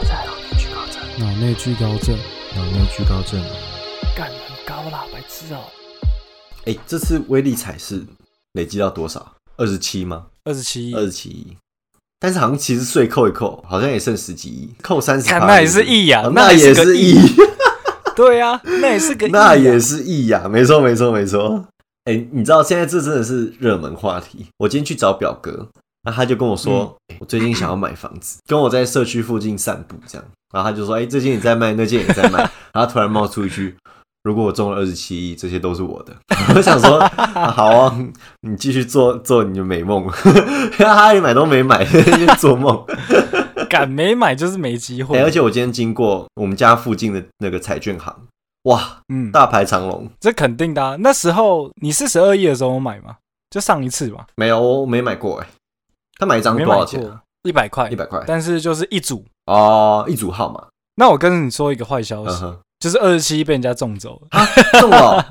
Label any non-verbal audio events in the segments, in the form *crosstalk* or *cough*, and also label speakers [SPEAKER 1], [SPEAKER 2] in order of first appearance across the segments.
[SPEAKER 1] 哦
[SPEAKER 2] 脑内聚高症。
[SPEAKER 3] 脑内聚高症。
[SPEAKER 4] 干很高啦，白痴哦、
[SPEAKER 1] 哎、这次威力彩是累积到多少？二十七吗？
[SPEAKER 2] 二十七
[SPEAKER 1] 二十七亿。但是好像其实税扣一扣，好像也剩十几亿，扣三十。
[SPEAKER 2] 看那也是亿呀
[SPEAKER 1] 哦
[SPEAKER 2] 那
[SPEAKER 1] 那
[SPEAKER 2] 也是
[SPEAKER 1] 也
[SPEAKER 2] 个
[SPEAKER 1] 是
[SPEAKER 2] 亿
[SPEAKER 1] 亿，
[SPEAKER 2] 对啊，那也是个、
[SPEAKER 1] 那也。是亿呀、没错，没错，没错。哎、你知道现在这真的是热门话题。我今天去找表哥，那他就跟我说，
[SPEAKER 2] 嗯
[SPEAKER 1] 哎我最近想要买房子， *clears throat* 跟我在社区附近散步这样。然后他就说，哎、这间也在卖，那间也在卖。 *laughs* 然后他突然冒出一句。如果我中了二十七亿，这些都是我的。 *laughs* 我想说，啊好啊，你继续做做你的美梦。 *laughs* 他连买都没买， *laughs* 在那边
[SPEAKER 2] *laughs*
[SPEAKER 1] 做梦。
[SPEAKER 2] 敢没买就是没机会。
[SPEAKER 1] 哎、而且我今天经过我们家附近的那个彩券行，哇，
[SPEAKER 2] 嗯，
[SPEAKER 1] 大排长龙。
[SPEAKER 2] 这肯定的、啊。那时候你四十二亿的时候我买嘛，就上一次嘛，
[SPEAKER 1] 没有，我没买过哎、他买一张
[SPEAKER 2] 没
[SPEAKER 1] 多
[SPEAKER 2] 买
[SPEAKER 1] 少钱啊？
[SPEAKER 2] 过，一百块
[SPEAKER 1] 一，百块
[SPEAKER 2] 但是就是一组。
[SPEAKER 1] 哦，一组号码。
[SPEAKER 2] 那我跟你说一个坏消
[SPEAKER 1] 嗯
[SPEAKER 2] 息，
[SPEAKER 1] 哼，
[SPEAKER 2] 就是二十七被人家中走了，
[SPEAKER 1] 中了哦，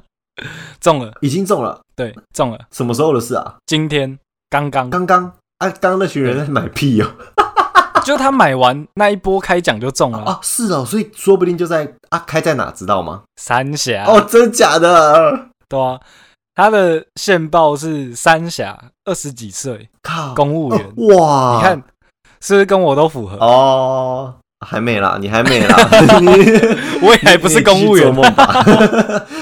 [SPEAKER 2] 中了，
[SPEAKER 1] 已经中了。
[SPEAKER 2] 对，中了。
[SPEAKER 1] 什么时候的事啊？
[SPEAKER 2] 今天刚刚
[SPEAKER 1] 刚刚啊，刚刚那群人在买屁哦。
[SPEAKER 2] 就他买完那一波开奖就中了，
[SPEAKER 1] 啊，是哦，所以说不定就在啊，开在哪知道吗？
[SPEAKER 2] 三峡
[SPEAKER 1] 哦，真假的？
[SPEAKER 2] 对啊，他的线报是三峡，二十几岁
[SPEAKER 1] 靠，
[SPEAKER 2] 公务员，
[SPEAKER 1] 哦哇，
[SPEAKER 2] 你看是不是跟我都符合？
[SPEAKER 1] 哦，还没啦，你还没啦，你
[SPEAKER 2] 我也还不是公务
[SPEAKER 1] 你继续做
[SPEAKER 2] 员。
[SPEAKER 1] 梦吧，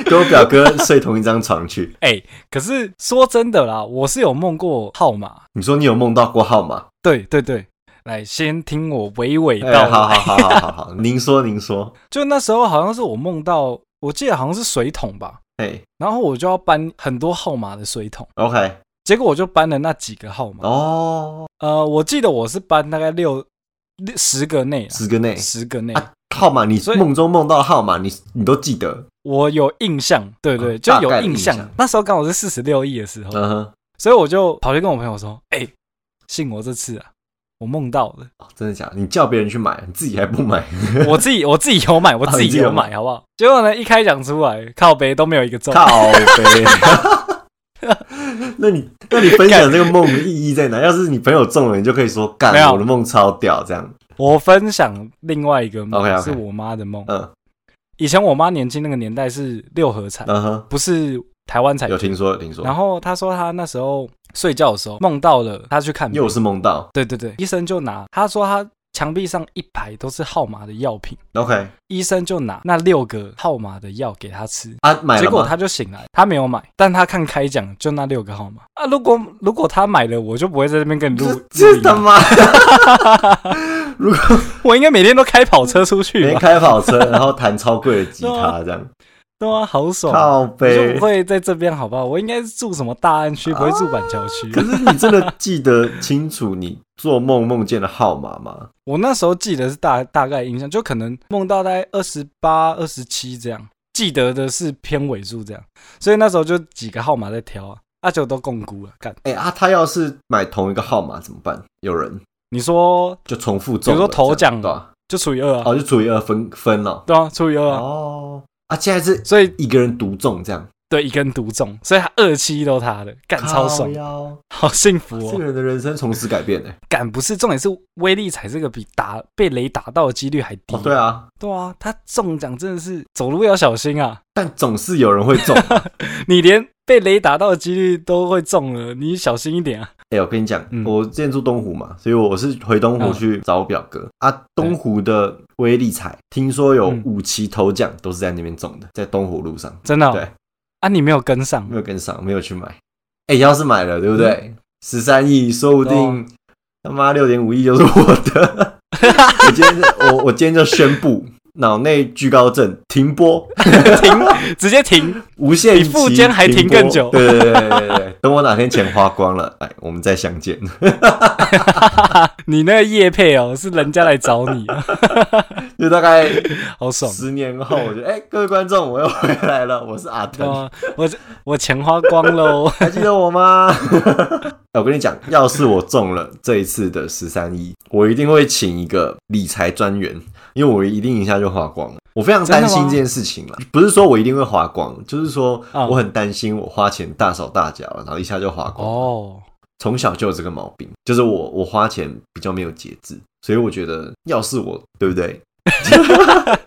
[SPEAKER 1] 跟我表哥睡同一张床去。
[SPEAKER 2] 哎、可是说真的啦，我是有梦过号码。
[SPEAKER 1] 你说你有梦到过号码？
[SPEAKER 2] 对对对，来先听我娓娓
[SPEAKER 1] 哎、
[SPEAKER 2] 道来。
[SPEAKER 1] 好好好好好好，您说您说，
[SPEAKER 2] 就那时候好像是我梦到，我记得好像是水桶吧，
[SPEAKER 1] 哎、
[SPEAKER 2] 然后我就要搬很多号码的水桶，
[SPEAKER 1] o k
[SPEAKER 2] 结果我就搬了那几个号码。
[SPEAKER 1] 哦，
[SPEAKER 2] 呃，我记得我是搬大概六六十个内、啊，
[SPEAKER 1] 十个内
[SPEAKER 2] 十个内，
[SPEAKER 1] 啊，号码你
[SPEAKER 2] 所以
[SPEAKER 1] 梦中梦到的号码，你你都记得，
[SPEAKER 2] 我有印象，对对，
[SPEAKER 1] 啊
[SPEAKER 2] 就有
[SPEAKER 1] 大概的
[SPEAKER 2] 印
[SPEAKER 1] 印
[SPEAKER 2] 象。
[SPEAKER 1] 象
[SPEAKER 2] 那时候刚好是四十六亿的时候，
[SPEAKER 1] 嗯哼，
[SPEAKER 2] 所以我就跑去跟我朋友说：“哎、信我这次啊，我梦到
[SPEAKER 1] *laughs*
[SPEAKER 2] 了，
[SPEAKER 1] 哦真的假的？你叫别人去买，你自己还
[SPEAKER 2] *laughs*
[SPEAKER 1] 不买，
[SPEAKER 2] 我自己我自己有买，我
[SPEAKER 1] 啊
[SPEAKER 2] 自
[SPEAKER 1] 你
[SPEAKER 2] 己
[SPEAKER 1] 自己
[SPEAKER 2] 有
[SPEAKER 1] 有买
[SPEAKER 2] 买，好不好？”结果呢，一开奖出来，靠北都没有一个中。
[SPEAKER 1] 靠呗。那你那你分享这个梦的意义在哪？要是你朋友中了，你就可以说干
[SPEAKER 2] 没有
[SPEAKER 1] 我的梦超屌这样。
[SPEAKER 2] 我分享另外一个梦啊
[SPEAKER 1] OK，OK
[SPEAKER 2] 是我妈的梦。
[SPEAKER 1] 嗯
[SPEAKER 2] 以前我妈年轻那个年代是六合彩，
[SPEAKER 1] 嗯哼，
[SPEAKER 2] 不是台湾彩
[SPEAKER 1] 有。听说有听说，
[SPEAKER 2] 然后她说她那时候睡觉的时候梦到了她去看病
[SPEAKER 1] 又是梦到。
[SPEAKER 2] 对对对，医生就拿她说她墙壁上一排都是号码的药品。
[SPEAKER 1] OK，
[SPEAKER 2] 医生就拿那六个号码的药给他吃，
[SPEAKER 1] 啊买
[SPEAKER 2] 结
[SPEAKER 1] 了
[SPEAKER 2] 果
[SPEAKER 1] 吗？
[SPEAKER 2] 他就醒来，他没有买，但他看开奖就那六个号码啊。如果如果他买了，我就不会在这边跟你录
[SPEAKER 1] *laughs* 这
[SPEAKER 2] 录
[SPEAKER 1] 这
[SPEAKER 2] 音
[SPEAKER 1] 他
[SPEAKER 2] 了，
[SPEAKER 1] 妈
[SPEAKER 2] 我应该每天都开跑车出去
[SPEAKER 1] 连
[SPEAKER 2] 吧？
[SPEAKER 1] 开跑车，然后弹超贵的吉他这样，
[SPEAKER 2] *laughs* 对啊，好爽。
[SPEAKER 1] 靠欸
[SPEAKER 2] 我就
[SPEAKER 1] 背
[SPEAKER 2] 不。会在这边，好不好？我应该是住什么大安区，不会住板桥区。
[SPEAKER 1] 可是你真的记得清楚你做梦梦见的号码吗？
[SPEAKER 2] 我那时候记得是大大概印象，就可能梦到大概二十八、二十七这样，记得的是偏尾数这样，所以那时候就几个号码在挑啊，阿、啊、九都共估了。干，
[SPEAKER 1] 哎、啊，他要是买同一个号码怎么办？有人
[SPEAKER 2] 你说
[SPEAKER 1] 就重复
[SPEAKER 2] 比
[SPEAKER 1] 中
[SPEAKER 2] 如
[SPEAKER 1] 了，
[SPEAKER 2] 说头
[SPEAKER 1] 这样
[SPEAKER 2] 奖
[SPEAKER 1] 对吧、
[SPEAKER 2] 就除以二啊？
[SPEAKER 1] 哦，就除以二分分了。
[SPEAKER 2] 对啊，除以二啊，
[SPEAKER 1] 哦，啊，现在是
[SPEAKER 2] 所以
[SPEAKER 1] 一个人独中这样，
[SPEAKER 2] 对一根独中，所以他二期都他的，干超爽
[SPEAKER 1] 靠，腰
[SPEAKER 2] 好幸福
[SPEAKER 1] 这
[SPEAKER 2] 哦
[SPEAKER 1] 个！人的人生从此改变呢、
[SPEAKER 2] 干不是重点是威力彩这个比打被雷打到的几率还低，
[SPEAKER 1] 哦，对啊，
[SPEAKER 2] 对啊，他中奖真的是走路要小心啊！
[SPEAKER 1] 但总 *laughs* 是有人会
[SPEAKER 2] *laughs*
[SPEAKER 1] 中。
[SPEAKER 2] 你连被雷打到的几率都会中了，你小心一点啊！
[SPEAKER 1] 哎、我跟你讲，
[SPEAKER 2] 嗯
[SPEAKER 1] 我之前住东湖嘛，所以我是回东湖
[SPEAKER 2] 嗯
[SPEAKER 1] 去找我表哥、啊。东湖的威力彩，听说有
[SPEAKER 2] 嗯
[SPEAKER 1] 五期头奖都是在那边中的，在东湖路上。
[SPEAKER 2] 真的哦、
[SPEAKER 1] 对
[SPEAKER 2] 啊，你没有跟上
[SPEAKER 1] 没，有跟上，没有去买。哎、要是买了，对不对？
[SPEAKER 2] 嗯
[SPEAKER 1] 十三亿，说不
[SPEAKER 2] 哦
[SPEAKER 1] 定他妈六点五亿就是我
[SPEAKER 2] *laughs*
[SPEAKER 1] 的。我今天就我我今天就宣布，脑内居高症停播，
[SPEAKER 2] *laughs* 停，直接停，
[SPEAKER 1] 无限期
[SPEAKER 2] 比富坚还停
[SPEAKER 1] 播
[SPEAKER 2] 更久
[SPEAKER 1] 对对对对对对，等我哪天钱花光了，哎，我们再相见。
[SPEAKER 2] 你那个叶配哦，是人家来找你， *laughs*
[SPEAKER 1] 就大概
[SPEAKER 2] 好爽。
[SPEAKER 1] 十年后，我觉得哎、各位观众，我又回来了，我是阿
[SPEAKER 2] 对
[SPEAKER 1] 腾，
[SPEAKER 2] 啊，我我钱花光
[SPEAKER 1] *laughs*
[SPEAKER 2] 喽。
[SPEAKER 1] 还记得我吗？哎我跟你讲，要是我中了这一次的十三亿，我一定会请一个理财专员，因为我一定一下就花光了。我非常担心
[SPEAKER 2] 真的吗
[SPEAKER 1] 这件事情了，不是说我一定会花光，就是说
[SPEAKER 2] 嗯
[SPEAKER 1] 我很担心我花钱大手大脚，然后一下就花光。
[SPEAKER 2] 哦，
[SPEAKER 1] 从小就有这个毛病，就是我我花钱比较没有节制，所以我觉得要是我对不对， *laughs*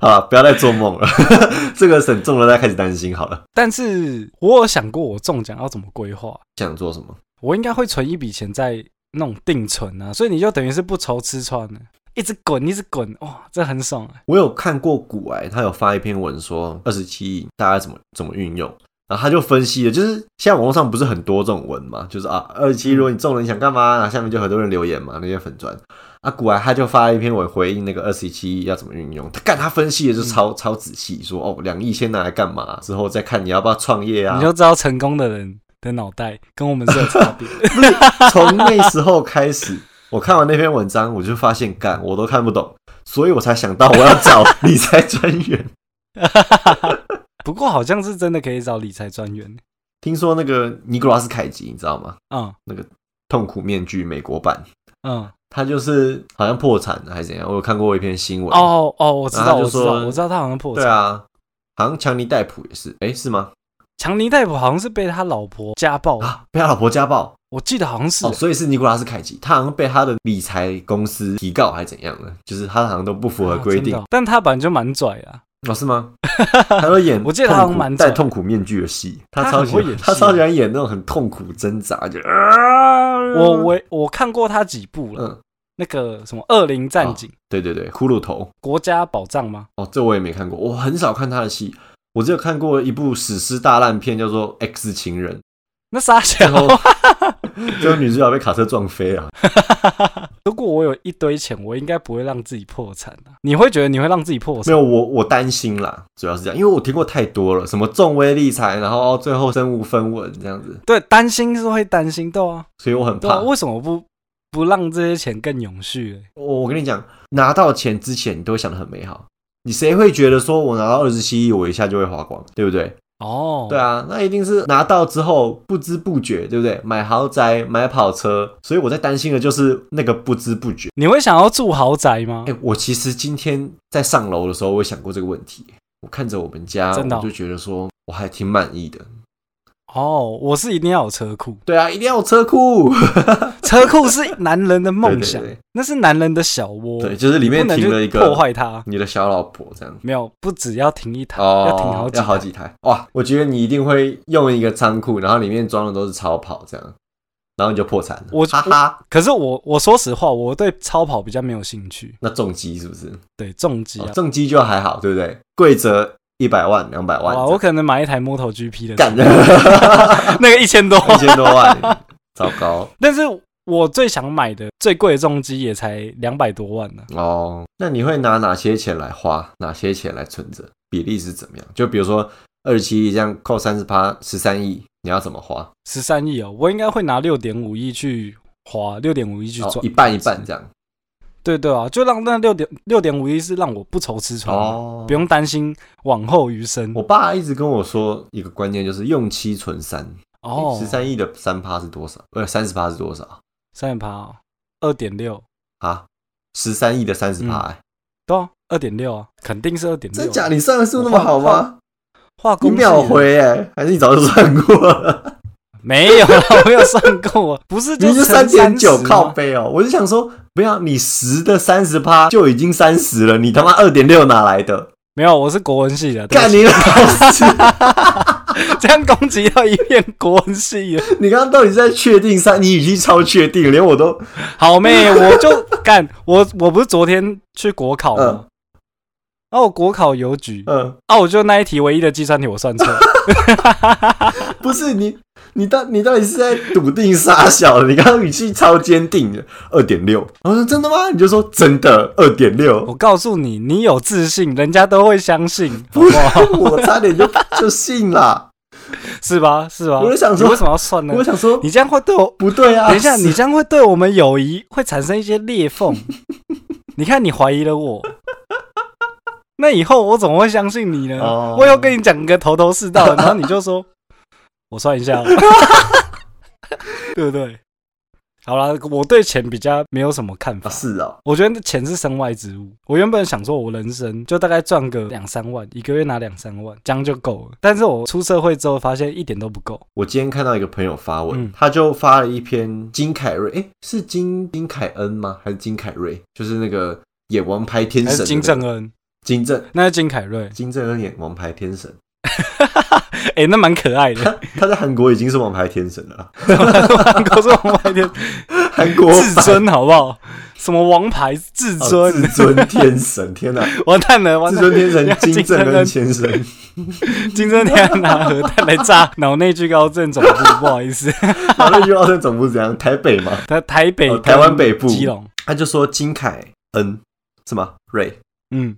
[SPEAKER 1] 好了，不要再做梦了。 *laughs* 这个省中了，大家开始担心好了。
[SPEAKER 2] 但是我有想过我中奖要怎么规划，
[SPEAKER 1] 想做什么？
[SPEAKER 2] 我应该会存一笔钱在那种定存啊，所以你就等于是不愁吃穿的，一直滚一直滚，哇，这很爽啊！
[SPEAKER 1] 我有看过古癌，他有发一篇文说二十七亿大家怎么怎么运用，然后他就分析了，就是现在网络上不是很多这种文嘛，就是啊二十七
[SPEAKER 2] 嗯
[SPEAKER 1] 如果你中了你想干嘛，然后下面就很多人留言嘛，那些粉砖啊古癌他就发了一篇文回应那个二十七亿要怎么运用，他干他分析的
[SPEAKER 2] 嗯
[SPEAKER 1] 就超、超仔细，说哦两亿先拿来干嘛，之后再看你要不要创业啊
[SPEAKER 2] 你，就知道成功的人的脑袋跟我们是有差
[SPEAKER 1] *laughs*
[SPEAKER 2] 别。
[SPEAKER 1] 从那时候开始，我看完那篇文章，我就发现干我都看不懂，所以我才想到我要找 *laughs* 理财专员。
[SPEAKER 2] 不过好像是真的可以找理财专员，
[SPEAKER 1] 听说那个尼古拉斯凯奇，你知道吗？
[SPEAKER 2] 嗯
[SPEAKER 1] 痛苦面具美国版，
[SPEAKER 2] 嗯，
[SPEAKER 1] 他就是好像破产了还是怎样，我有看过一篇新闻。，
[SPEAKER 2] 哦哦，我知
[SPEAKER 1] 然
[SPEAKER 2] 道，
[SPEAKER 1] 后
[SPEAKER 2] 我
[SPEAKER 1] 他就
[SPEAKER 2] 知道，
[SPEAKER 1] 说
[SPEAKER 2] 我知道他好像破
[SPEAKER 1] 对
[SPEAKER 2] 产。
[SPEAKER 1] 啊，好像强尼戴普也是，哎、是吗？
[SPEAKER 2] 强尼戴普好像是被他老婆家暴，
[SPEAKER 1] 啊，被他老婆家暴
[SPEAKER 2] 我记得好像是
[SPEAKER 1] 哦，所以是尼古拉斯凯奇，他好像被他的理财公司提告还是怎样的，就是他好像都不符合
[SPEAKER 2] 啊
[SPEAKER 1] 规
[SPEAKER 2] 真的
[SPEAKER 1] 定
[SPEAKER 2] 哦但他本来就蛮拽的啊、
[SPEAKER 1] 哦，是吗？他都
[SPEAKER 2] *laughs*
[SPEAKER 1] 演，
[SPEAKER 2] 我记得他好像蛮
[SPEAKER 1] 戴
[SPEAKER 2] 拽
[SPEAKER 1] 痛苦面具的戏，他
[SPEAKER 2] 他
[SPEAKER 1] 超
[SPEAKER 2] 很
[SPEAKER 1] 喜
[SPEAKER 2] 会
[SPEAKER 1] 欢，
[SPEAKER 2] 演
[SPEAKER 1] 他
[SPEAKER 2] 戏
[SPEAKER 1] 超
[SPEAKER 2] 啊
[SPEAKER 1] 喜欢演那种很痛苦挣扎，就啊，
[SPEAKER 2] 我我我看过他几部了，
[SPEAKER 1] 嗯，啊
[SPEAKER 2] 那个什么《恶灵战警》
[SPEAKER 1] 对对对，骷髅头
[SPEAKER 2] 国家宝藏》吗？
[SPEAKER 1] 哦，这我也没看过，我很少看他的戏，我只有看过一部史诗大烂片，叫做《X 情人
[SPEAKER 2] 那傻小 *laughs*
[SPEAKER 1] 然后》，最后女主角被卡车撞飞啊，
[SPEAKER 2] 如果我有一堆钱，我应该不会让自己破产啊。你会觉得你会让自己破
[SPEAKER 1] 没
[SPEAKER 2] 产？
[SPEAKER 1] 有，我我担心啦，主要是这样，因为我听过太多了，什么重微利财，然后哦最后身无分文这样子，
[SPEAKER 2] 对，担心是会担心，对啊，
[SPEAKER 1] 所以我很
[SPEAKER 2] 对啊。
[SPEAKER 1] 怕。
[SPEAKER 2] 为什么不不让这些钱更永续嘞？
[SPEAKER 1] 我我跟你讲，拿到钱之前，你都会想的很美好。你谁会觉得说我拿到二十七亿，我一下就会花光，对不对？
[SPEAKER 2] 哦，
[SPEAKER 1] 对啊，那一定是拿到之后不知不觉，对不对？买豪宅、买跑车，所以我在担心的就是那个不知不觉。
[SPEAKER 2] 你会想要住豪宅吗
[SPEAKER 1] 哎、？我其实今天在上楼的时候，我也想过这个问题。我看着我们家，
[SPEAKER 2] 真的哦
[SPEAKER 1] 我就觉得说我还挺满意的。
[SPEAKER 2] 哦，我是一定要有车库，
[SPEAKER 1] 对啊，一定要有车库。
[SPEAKER 2] 车库是男人的 *laughs* 梦想，
[SPEAKER 1] 对对对
[SPEAKER 2] 那是男人的小窝，
[SPEAKER 1] 对，就是里
[SPEAKER 2] 不
[SPEAKER 1] 面
[SPEAKER 2] 能
[SPEAKER 1] 停了一
[SPEAKER 2] 去
[SPEAKER 1] 个
[SPEAKER 2] 破坏它。
[SPEAKER 1] 你的小老婆这样。
[SPEAKER 2] 没有，不只要停一台，
[SPEAKER 1] 哦，
[SPEAKER 2] 要停好几
[SPEAKER 1] 要好
[SPEAKER 2] 台。
[SPEAKER 1] 几台哇！我觉得你一定会用一个仓库，然后里面装的都是超跑这样，然后你就破产了。
[SPEAKER 2] 我
[SPEAKER 1] 哈哈，
[SPEAKER 2] 可是我我说实话，我对超跑比较没有兴趣，
[SPEAKER 1] 那重机是不是？
[SPEAKER 2] 对重机
[SPEAKER 1] 哦
[SPEAKER 2] 啊，
[SPEAKER 1] 重机就还好，对不对？贵则一百万、两百万
[SPEAKER 2] 哇，
[SPEAKER 1] 这
[SPEAKER 2] 啊我
[SPEAKER 1] 样，
[SPEAKER 2] 可能买一台 MotoGP 的车，
[SPEAKER 1] *laughs* 干
[SPEAKER 2] *laughs* 那个一千多万 *laughs*
[SPEAKER 1] 一千多万，糟糕
[SPEAKER 2] 但是我最想买的最贵的重机也才两百多万呢、
[SPEAKER 1] 哦。那你会拿哪些钱来花？哪些钱来存着？比例是怎么样？就比如说二十七亿这样扣三十趴，十三亿，你要怎么花？
[SPEAKER 2] 十三亿哦，我应该会拿六点五亿去花，六点五亿去
[SPEAKER 1] 哦
[SPEAKER 2] 赚、
[SPEAKER 1] 一半一半这样。
[SPEAKER 2] 对对啊，就让那六点六点五亿是让我不愁吃穿的，
[SPEAKER 1] 哦
[SPEAKER 2] 不用担心往后余生
[SPEAKER 1] 我。爸一直跟我说一个观念，就是用七存三。
[SPEAKER 2] 哦，
[SPEAKER 1] 十三亿的三趴是多少？呃，三十趴是多少
[SPEAKER 2] 三点八，二点六，
[SPEAKER 1] 啊？十三亿的三十趴，欸
[SPEAKER 2] 对啊，二点六啊，肯定是二点六。
[SPEAKER 1] 真假？你算的数那
[SPEAKER 2] 我
[SPEAKER 1] 么
[SPEAKER 2] 画
[SPEAKER 1] 好吗？
[SPEAKER 2] 化
[SPEAKER 1] 一
[SPEAKER 2] 工
[SPEAKER 1] 秒
[SPEAKER 2] 系的
[SPEAKER 1] 回哎、欸，还是你早就算过了？
[SPEAKER 2] 没有啦，我没有算过，不是
[SPEAKER 1] 你
[SPEAKER 2] 乘
[SPEAKER 1] 就三点九
[SPEAKER 2] 30吗
[SPEAKER 1] 靠背哦。我就想说，不要你十的三十趴就已经三十了，你他妈二点六哪来的？
[SPEAKER 2] 没有，我是国文系的，对
[SPEAKER 1] 干
[SPEAKER 2] 不起
[SPEAKER 1] 你老师！
[SPEAKER 2] *laughs* 这样攻击到一片国文系的。
[SPEAKER 1] *laughs* 你刚刚到底是在确定三？你已经超确定，连我都
[SPEAKER 2] 好
[SPEAKER 1] *laughs*
[SPEAKER 2] 妹，我就干我我不是昨天去国考吗？
[SPEAKER 1] 嗯
[SPEAKER 2] 然后我国考邮局，
[SPEAKER 1] 嗯，
[SPEAKER 2] 啊，我就那一题唯一的计算题我算
[SPEAKER 1] *laughs*
[SPEAKER 2] 错，
[SPEAKER 1] 不是你，你到你到底是在笃定傻小的？你刚刚语气超坚定的，二点六。我说真的吗？你就说真的，二点
[SPEAKER 2] *laughs*
[SPEAKER 1] 六。
[SPEAKER 2] 我告诉你，你有自信，人家都会相信，好不好？
[SPEAKER 1] *laughs* 我差点就就信
[SPEAKER 2] *laughs*
[SPEAKER 1] 啦。
[SPEAKER 2] 是吧？是吧？
[SPEAKER 1] 我就想说
[SPEAKER 2] 你为什么要算呢
[SPEAKER 1] 我？想说
[SPEAKER 2] 你这样会对我，
[SPEAKER 1] 不对
[SPEAKER 2] *laughs*
[SPEAKER 1] 啊，
[SPEAKER 2] 等一下，你
[SPEAKER 1] 是
[SPEAKER 2] 这样会对我们友谊会产生一些裂
[SPEAKER 1] *laughs*
[SPEAKER 2] 缝。你看，你怀疑了我，那以后我怎么会相信你呢？
[SPEAKER 1] 哦
[SPEAKER 2] 我又跟你讲个头头是
[SPEAKER 1] *laughs*
[SPEAKER 2] 道的，然后你就说，我算一下哦，对不对？好啦，我对钱比较没有什么看
[SPEAKER 1] 啊
[SPEAKER 2] 法。
[SPEAKER 1] 是哦，
[SPEAKER 2] 我觉得钱是身外之物。我原本想说，我人生就大概赚个两三万，一个月拿两三万，这样就够了。但是我出社会之后，发现一点都不够。
[SPEAKER 1] 我今天看到一个朋友发文，
[SPEAKER 2] 嗯
[SPEAKER 1] 他就发了一篇金凯瑞，诶，是金金凯恩吗？还是金凯瑞？就是那个演王牌天
[SPEAKER 2] 还
[SPEAKER 1] 神的
[SPEAKER 2] 是金
[SPEAKER 1] 那个
[SPEAKER 2] 正恩？
[SPEAKER 1] 金正
[SPEAKER 2] 那是金凯瑞。
[SPEAKER 1] 金正恩演王牌天神，
[SPEAKER 2] 哎、那蛮可爱
[SPEAKER 1] 他
[SPEAKER 2] 的。
[SPEAKER 1] 他在韩国已经是王牌天神了啊，
[SPEAKER 2] *laughs* 韩国是王牌天，
[SPEAKER 1] *laughs* 韩国版
[SPEAKER 2] 至尊好不好？什么王牌至
[SPEAKER 1] 哦
[SPEAKER 2] 尊？
[SPEAKER 1] 至尊天神，天哪！
[SPEAKER 2] 完蛋了， *laughs* 完
[SPEAKER 1] 至
[SPEAKER 2] 蛋了！
[SPEAKER 1] 尊天神金
[SPEAKER 2] 金
[SPEAKER 1] 正
[SPEAKER 2] 正
[SPEAKER 1] 恩
[SPEAKER 2] 恩
[SPEAKER 1] 先生， *laughs*
[SPEAKER 2] 金正天拿核弹来炸脑内聚高症总部，不好意思， *laughs*
[SPEAKER 1] 然后那句话在总部是怎样？台北嘛，
[SPEAKER 2] 他台北、
[SPEAKER 1] 哦台湾北部
[SPEAKER 2] 基隆，
[SPEAKER 1] 他就说金凯恩是吗？瑞
[SPEAKER 2] 嗯，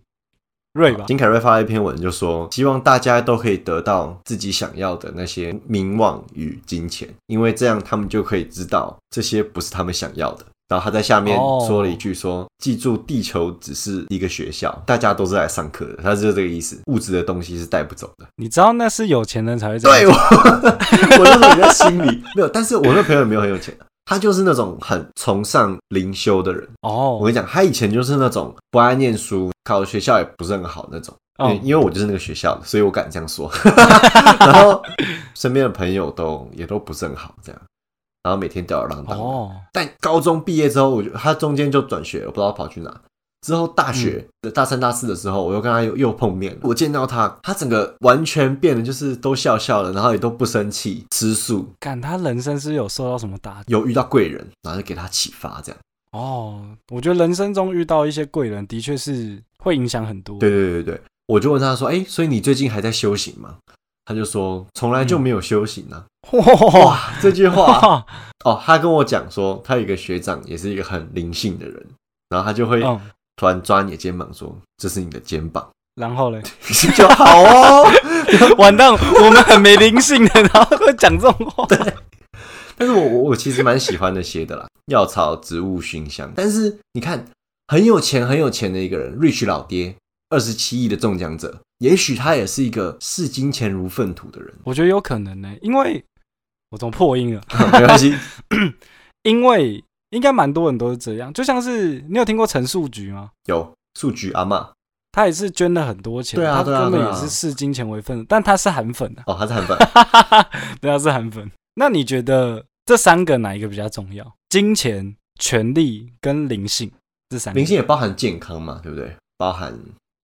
[SPEAKER 2] 瑞吧，
[SPEAKER 1] 金凯瑞发了一篇文，就说希望大家都可以得到自己想要的那些名望与金钱，因为这样他们就可以知道这些不是他们想要的。然后他在下面
[SPEAKER 2] 哦
[SPEAKER 1] 说了一句说：“记住，地球只是一个学校，大家都是来上课的。”他就是这个意思，物质的东西是带不走的。
[SPEAKER 2] 你知道那是有钱人才会这
[SPEAKER 1] 对
[SPEAKER 2] 样
[SPEAKER 1] 我， *laughs* 我那时候也在心里没有，但是我那朋友也没有很有钱，啊他就是那种很崇尚灵修的人。我
[SPEAKER 2] 哦，
[SPEAKER 1] 跟你讲，他以前就是那种不爱念书，考学校也不是很好那种。
[SPEAKER 2] 哦
[SPEAKER 1] 因因为我就是那个学校的，所以我敢这
[SPEAKER 2] *laughs*
[SPEAKER 1] 样说。然后身边的朋友都也都不是很好，这样，然后每天吊儿郎当的。
[SPEAKER 2] 哦，
[SPEAKER 1] 但高中毕业之后，我就他中间就转学了，我不知道跑去哪。之后大学、
[SPEAKER 2] 嗯
[SPEAKER 1] 大三、大四的时候，我又跟他又又碰面了。我见到他，他整个完全变了，就是都笑笑的，然后也都不生气，吃素，
[SPEAKER 2] 感他人生是有受到什么打击
[SPEAKER 1] 有遇到贵人，然后就给他启发，这样。
[SPEAKER 2] 哦？我觉得人生中遇到一些贵人，的确是会影响很多。
[SPEAKER 1] 对对对对对，我就问他说：“哎、所以你最近还在修行吗？”他就说：“从来就没有修行啊。
[SPEAKER 2] *laughs* 哇，
[SPEAKER 1] 哇，这句话
[SPEAKER 2] 哇，
[SPEAKER 1] 哦，他跟我讲说，他有一个学长也是一个很灵性的人，然后他就会
[SPEAKER 2] 嗯，
[SPEAKER 1] 突然抓你的肩膀说：“这是你的肩膀。”
[SPEAKER 2] *laughs* 然后嘞，
[SPEAKER 1] 就好哦。
[SPEAKER 2] 完蛋，我们很没灵性的，然后会讲这种话。
[SPEAKER 1] 但是我我我其实蛮喜欢那些的啦，药草、植物、熏香。但是你看，很有钱很有钱的一个人，rich 老爹，二十七亿的中奖者，也许他也是一个视金钱如粪土的人。 *laughs*
[SPEAKER 2] 我觉得有可能呢、因为我怎么破音了？ *laughs*
[SPEAKER 1] 没关系，
[SPEAKER 2] 因为应该蛮多人都是这样，就像是你有听过陈树菊吗？
[SPEAKER 1] 有数据阿嬷
[SPEAKER 2] 他也是捐了很多钱，
[SPEAKER 1] 对啊
[SPEAKER 2] 他
[SPEAKER 1] 对啊
[SPEAKER 2] 根本
[SPEAKER 1] 对啊
[SPEAKER 2] 也是视金钱为粪，但他是韩粉啊，
[SPEAKER 1] 哦，他是
[SPEAKER 2] *laughs*
[SPEAKER 1] 很笨。
[SPEAKER 2] 对，他啊是韩粉。那你觉得这三个哪一个比较重要？金钱、权力跟灵性这三个？
[SPEAKER 1] 明星也包含健康嘛，对不对？包含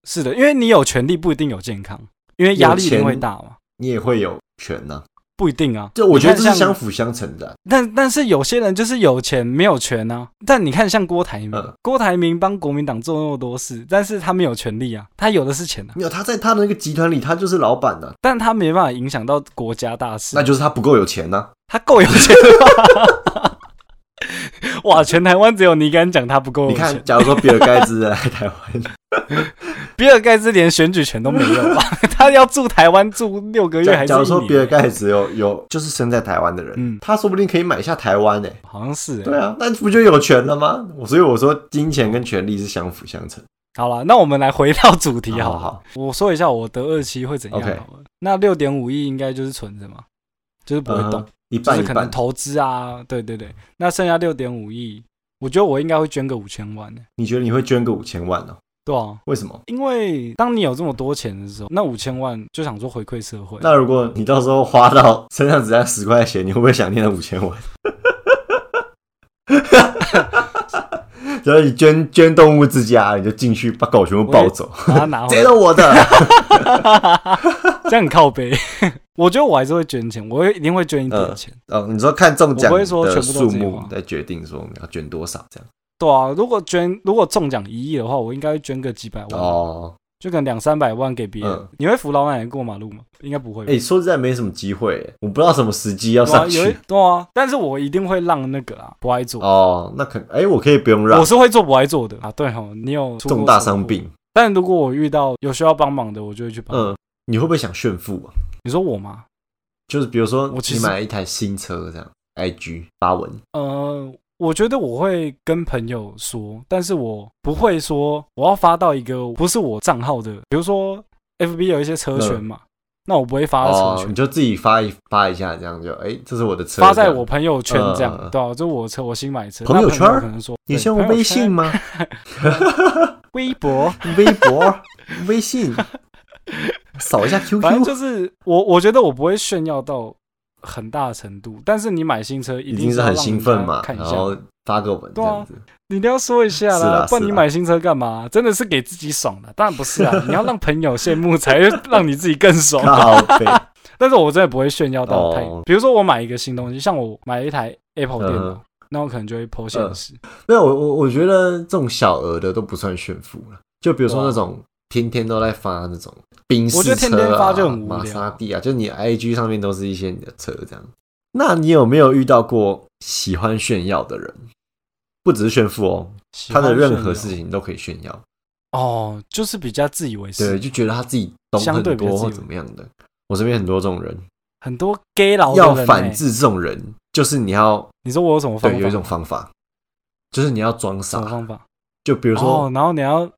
[SPEAKER 2] 是的，因为你有权力不一定有健康，因为压力一定会大嘛，
[SPEAKER 1] 你也会有权呐、
[SPEAKER 2] 不一定啊。
[SPEAKER 1] 就我觉得
[SPEAKER 2] 你
[SPEAKER 1] 这
[SPEAKER 2] 看
[SPEAKER 1] 是
[SPEAKER 2] 像
[SPEAKER 1] 相辅相成的啊、
[SPEAKER 2] 但但是有些人就是有钱没有权啊。但你看，像郭台铭，
[SPEAKER 1] 嗯
[SPEAKER 2] 郭台铭帮国民党做那么多事，但是他没有权利啊，他有的是钱啊，
[SPEAKER 1] 没有他在他的那个集团里，他就是老板呐、
[SPEAKER 2] 但他没办法影响到国家大事。啊
[SPEAKER 1] 那就是他不够有钱呐、
[SPEAKER 2] 他够有钱吧？ *laughs* 哇，全台湾只有你敢讲他不够
[SPEAKER 1] 你
[SPEAKER 2] 有钱
[SPEAKER 1] 看，，假如说比尔盖茨来台湾，
[SPEAKER 2] *laughs*
[SPEAKER 1] *laughs*
[SPEAKER 2] 比尔盖茨连选举权都没有吧？他要住台湾住六个月
[SPEAKER 1] 假
[SPEAKER 2] 还是
[SPEAKER 1] 假如
[SPEAKER 2] 一
[SPEAKER 1] 说
[SPEAKER 2] 年？啊
[SPEAKER 1] 比尔盖茨有有就是生在台湾的人，
[SPEAKER 2] 嗯
[SPEAKER 1] 他说不定可以买下台湾诶、
[SPEAKER 2] 好像是、欸、
[SPEAKER 1] 对啊，那不就有权了吗？我所以我说金钱跟权力是相辅相成。
[SPEAKER 2] 好了，那我们来回到主题好
[SPEAKER 1] 好
[SPEAKER 2] 了
[SPEAKER 1] 好，
[SPEAKER 2] 我说一下我得二期会怎样好
[SPEAKER 1] OK
[SPEAKER 2] 了。那六点五亿应该就是存着嘛，就是不会动，
[SPEAKER 1] 嗯一
[SPEAKER 2] 就
[SPEAKER 1] 半
[SPEAKER 2] 是
[SPEAKER 1] 一
[SPEAKER 2] 可能
[SPEAKER 1] 半。
[SPEAKER 2] 投资啊，对对对。那剩下六点五亿，我觉得我应该会捐个五千万呢、
[SPEAKER 1] 你觉得你会捐个五千万哦？
[SPEAKER 2] 对啊，
[SPEAKER 1] 为什么？
[SPEAKER 2] 因为当你有这么多钱的时候，那五千万就想说回馈社会。
[SPEAKER 1] 那如果你到时候花到身上只剩十块钱，你会不会想念那五千万？ *laughs* 然后你捐捐动物之家，你就进去把狗全部抱走，
[SPEAKER 2] 把它拿
[SPEAKER 1] *laughs*
[SPEAKER 2] 回
[SPEAKER 1] 这
[SPEAKER 2] 来，
[SPEAKER 1] 都我的。
[SPEAKER 2] *laughs* 这样很靠背。 *laughs* 我觉得我还是会捐钱，我会一定会捐一点钱。
[SPEAKER 1] 哦，你说看中奖
[SPEAKER 2] 我不会说全
[SPEAKER 1] 的
[SPEAKER 2] 部都
[SPEAKER 1] 数
[SPEAKER 2] 自己
[SPEAKER 1] 目
[SPEAKER 2] 花，
[SPEAKER 1] 再决定说你要捐多少这样。
[SPEAKER 2] 对啊，如果捐如果中奖一亿的话，我应该会捐个几百万，
[SPEAKER 1] 哦，
[SPEAKER 2] 就可能两三百万给别人。
[SPEAKER 1] 嗯
[SPEAKER 2] 你会扶老奶奶过马路吗？应该不会吧。
[SPEAKER 1] 哎、说实在没什么机会欸，我不知道什么时机要
[SPEAKER 2] 对啊，
[SPEAKER 1] 上
[SPEAKER 2] 有一
[SPEAKER 1] 去。
[SPEAKER 2] 对啊，但是我一定会让那个啊不爱做，
[SPEAKER 1] 哦，那可哎、我可以不用让
[SPEAKER 2] 我是会做不爱做的啊。对吼，你有出过
[SPEAKER 1] 重大
[SPEAKER 2] 车祸
[SPEAKER 1] 伤，病。
[SPEAKER 2] 但如果我遇到有需要帮忙的，我就会去帮。
[SPEAKER 1] 嗯，你会不会想炫富啊？
[SPEAKER 2] 你说我吗？
[SPEAKER 1] 就是比如说，
[SPEAKER 2] 我其
[SPEAKER 1] 你
[SPEAKER 2] 实
[SPEAKER 1] 买了一台新车这样，IG 发文，
[SPEAKER 2] 呃，我觉得我会跟朋友说，但是我不会说我要发到一个不是我账号的，比如说 FB 有一些车圈嘛，那我不会发到
[SPEAKER 1] 嗯哦
[SPEAKER 2] 车，
[SPEAKER 1] 你
[SPEAKER 2] 圈，
[SPEAKER 1] 就自己发一发一下，这样就哎、这是我的车，
[SPEAKER 2] 发在
[SPEAKER 1] 这样
[SPEAKER 2] 我。朋友圈这样，
[SPEAKER 1] 嗯
[SPEAKER 2] 对啊，就我车，我新买车，
[SPEAKER 1] 朋友圈
[SPEAKER 2] 那可能说
[SPEAKER 1] 你
[SPEAKER 2] 对
[SPEAKER 1] 是用
[SPEAKER 2] 朋友
[SPEAKER 1] 微
[SPEAKER 2] 圈 *laughs*
[SPEAKER 1] 信吗？
[SPEAKER 2] 微博，
[SPEAKER 1] 微博、微信，扫一下 *laughs*
[SPEAKER 2] 反正就
[SPEAKER 1] QQ，
[SPEAKER 2] 是我，我觉得我不会炫耀到很大的程度，但是你买新车一
[SPEAKER 1] 一
[SPEAKER 2] 定
[SPEAKER 1] 定
[SPEAKER 2] 是
[SPEAKER 1] 是
[SPEAKER 2] 要
[SPEAKER 1] 很
[SPEAKER 2] 让
[SPEAKER 1] 兴
[SPEAKER 2] 人
[SPEAKER 1] 奋
[SPEAKER 2] 家
[SPEAKER 1] 嘛。
[SPEAKER 2] 看一
[SPEAKER 1] 然
[SPEAKER 2] 下
[SPEAKER 1] 后发个文这样子。
[SPEAKER 2] 你一定要说一下
[SPEAKER 1] 是啦
[SPEAKER 2] 不然你
[SPEAKER 1] 是啦
[SPEAKER 2] 买新车干嘛？真的是给自己爽的，当然不是啊，你要让朋友羡慕才
[SPEAKER 1] *laughs*
[SPEAKER 2] 让你自己更爽。 *laughs*
[SPEAKER 1] 靠背，
[SPEAKER 2] 但是我真的不会炫耀到太，
[SPEAKER 1] 哦
[SPEAKER 2] 比如说我买一个新东西，像我买了一台 Apple
[SPEAKER 1] 嗯
[SPEAKER 2] 电脑，那我可能就会 po 现实。
[SPEAKER 1] 那我我我觉得这种小额的都不算炫富了，就比如说
[SPEAKER 2] 哇
[SPEAKER 1] 那种天天都在发那种宾士车、啊、
[SPEAKER 2] 我觉得天天发就很无聊
[SPEAKER 1] 玛莎拉蒂啊，就是你 IG 上面都是一些你的车这样。那你有没有遇到过喜欢炫耀的人？不只是炫富哦，
[SPEAKER 2] 喜
[SPEAKER 1] 他
[SPEAKER 2] 欢
[SPEAKER 1] 的
[SPEAKER 2] 炫耀
[SPEAKER 1] 任何事情都可以炫耀，
[SPEAKER 2] 哦，就是比较自以为
[SPEAKER 1] 对，
[SPEAKER 2] 是，
[SPEAKER 1] 就觉得他自己懂
[SPEAKER 2] 相对
[SPEAKER 1] 很
[SPEAKER 2] 比较
[SPEAKER 1] 多
[SPEAKER 2] 自以
[SPEAKER 1] 或
[SPEAKER 2] 为
[SPEAKER 1] 怎么样的。我身边很多这种人，
[SPEAKER 2] 很多 gay 佬的
[SPEAKER 1] 要
[SPEAKER 2] 人欸
[SPEAKER 1] 反制这种人，就是你要
[SPEAKER 2] 你说我有什么方法？
[SPEAKER 1] 对有一种方法，就是你要装
[SPEAKER 2] 什么
[SPEAKER 1] 傻。
[SPEAKER 2] 方法？
[SPEAKER 1] 就比如说
[SPEAKER 2] 哦，然后你要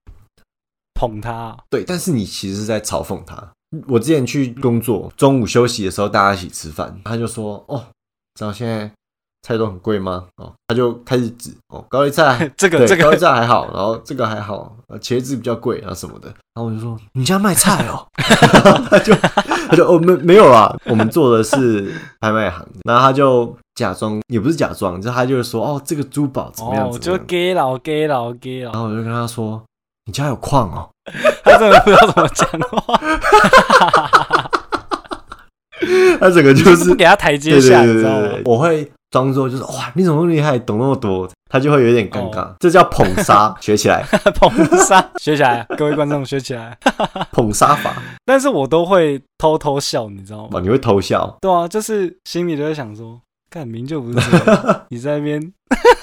[SPEAKER 2] 捧他啊、，
[SPEAKER 1] 对，但是你其实是在嘲讽他。我之前去工作，中午休息的时候大家一起吃饭，他就说：“哦，知道现在菜都很贵吗？”哦，他就开始指哦，高丽菜
[SPEAKER 2] 这个
[SPEAKER 1] 对
[SPEAKER 2] 这个
[SPEAKER 1] 高丽菜还好，然后这个还好，呃茄子比较贵，然后什么的。然后我就说：“你家卖菜哦？”
[SPEAKER 2] *laughs*
[SPEAKER 1] 他就他就哦没没有啦，我们做的是拍卖行。然后他就假装也不是假装，就是他就是说：“哦，这个珠宝怎么样？”
[SPEAKER 2] 哦，
[SPEAKER 1] 怎么
[SPEAKER 2] 就
[SPEAKER 1] 样哦
[SPEAKER 2] gay 佬 gay 佬 gay
[SPEAKER 1] 然
[SPEAKER 2] 佬，
[SPEAKER 1] 后我就跟他说：“你家有矿哦。” *laughs*
[SPEAKER 2] 他真的不知道怎么讲话，
[SPEAKER 1] 他整个 *laughs* 就
[SPEAKER 2] 就是 *laughs* 是不给他台阶
[SPEAKER 1] 对对
[SPEAKER 2] 下，你
[SPEAKER 1] 对
[SPEAKER 2] 知道
[SPEAKER 1] 对
[SPEAKER 2] 吗
[SPEAKER 1] 对，？我会装作就是哇，你怎么那么厉害，懂那么多，他就会有点尴尬，这叫捧
[SPEAKER 2] *laughs*
[SPEAKER 1] 杀，学起来，
[SPEAKER 2] 捧杀，学起来，各位观众学起
[SPEAKER 1] *laughs*
[SPEAKER 2] 来。
[SPEAKER 1] 捧杀法
[SPEAKER 2] 但是我都会偷偷笑，你知道吗
[SPEAKER 1] 哇，？你会偷笑，
[SPEAKER 2] 对啊，就是心里就会想说，干明就不是这
[SPEAKER 1] *laughs*
[SPEAKER 2] 样，你在那边，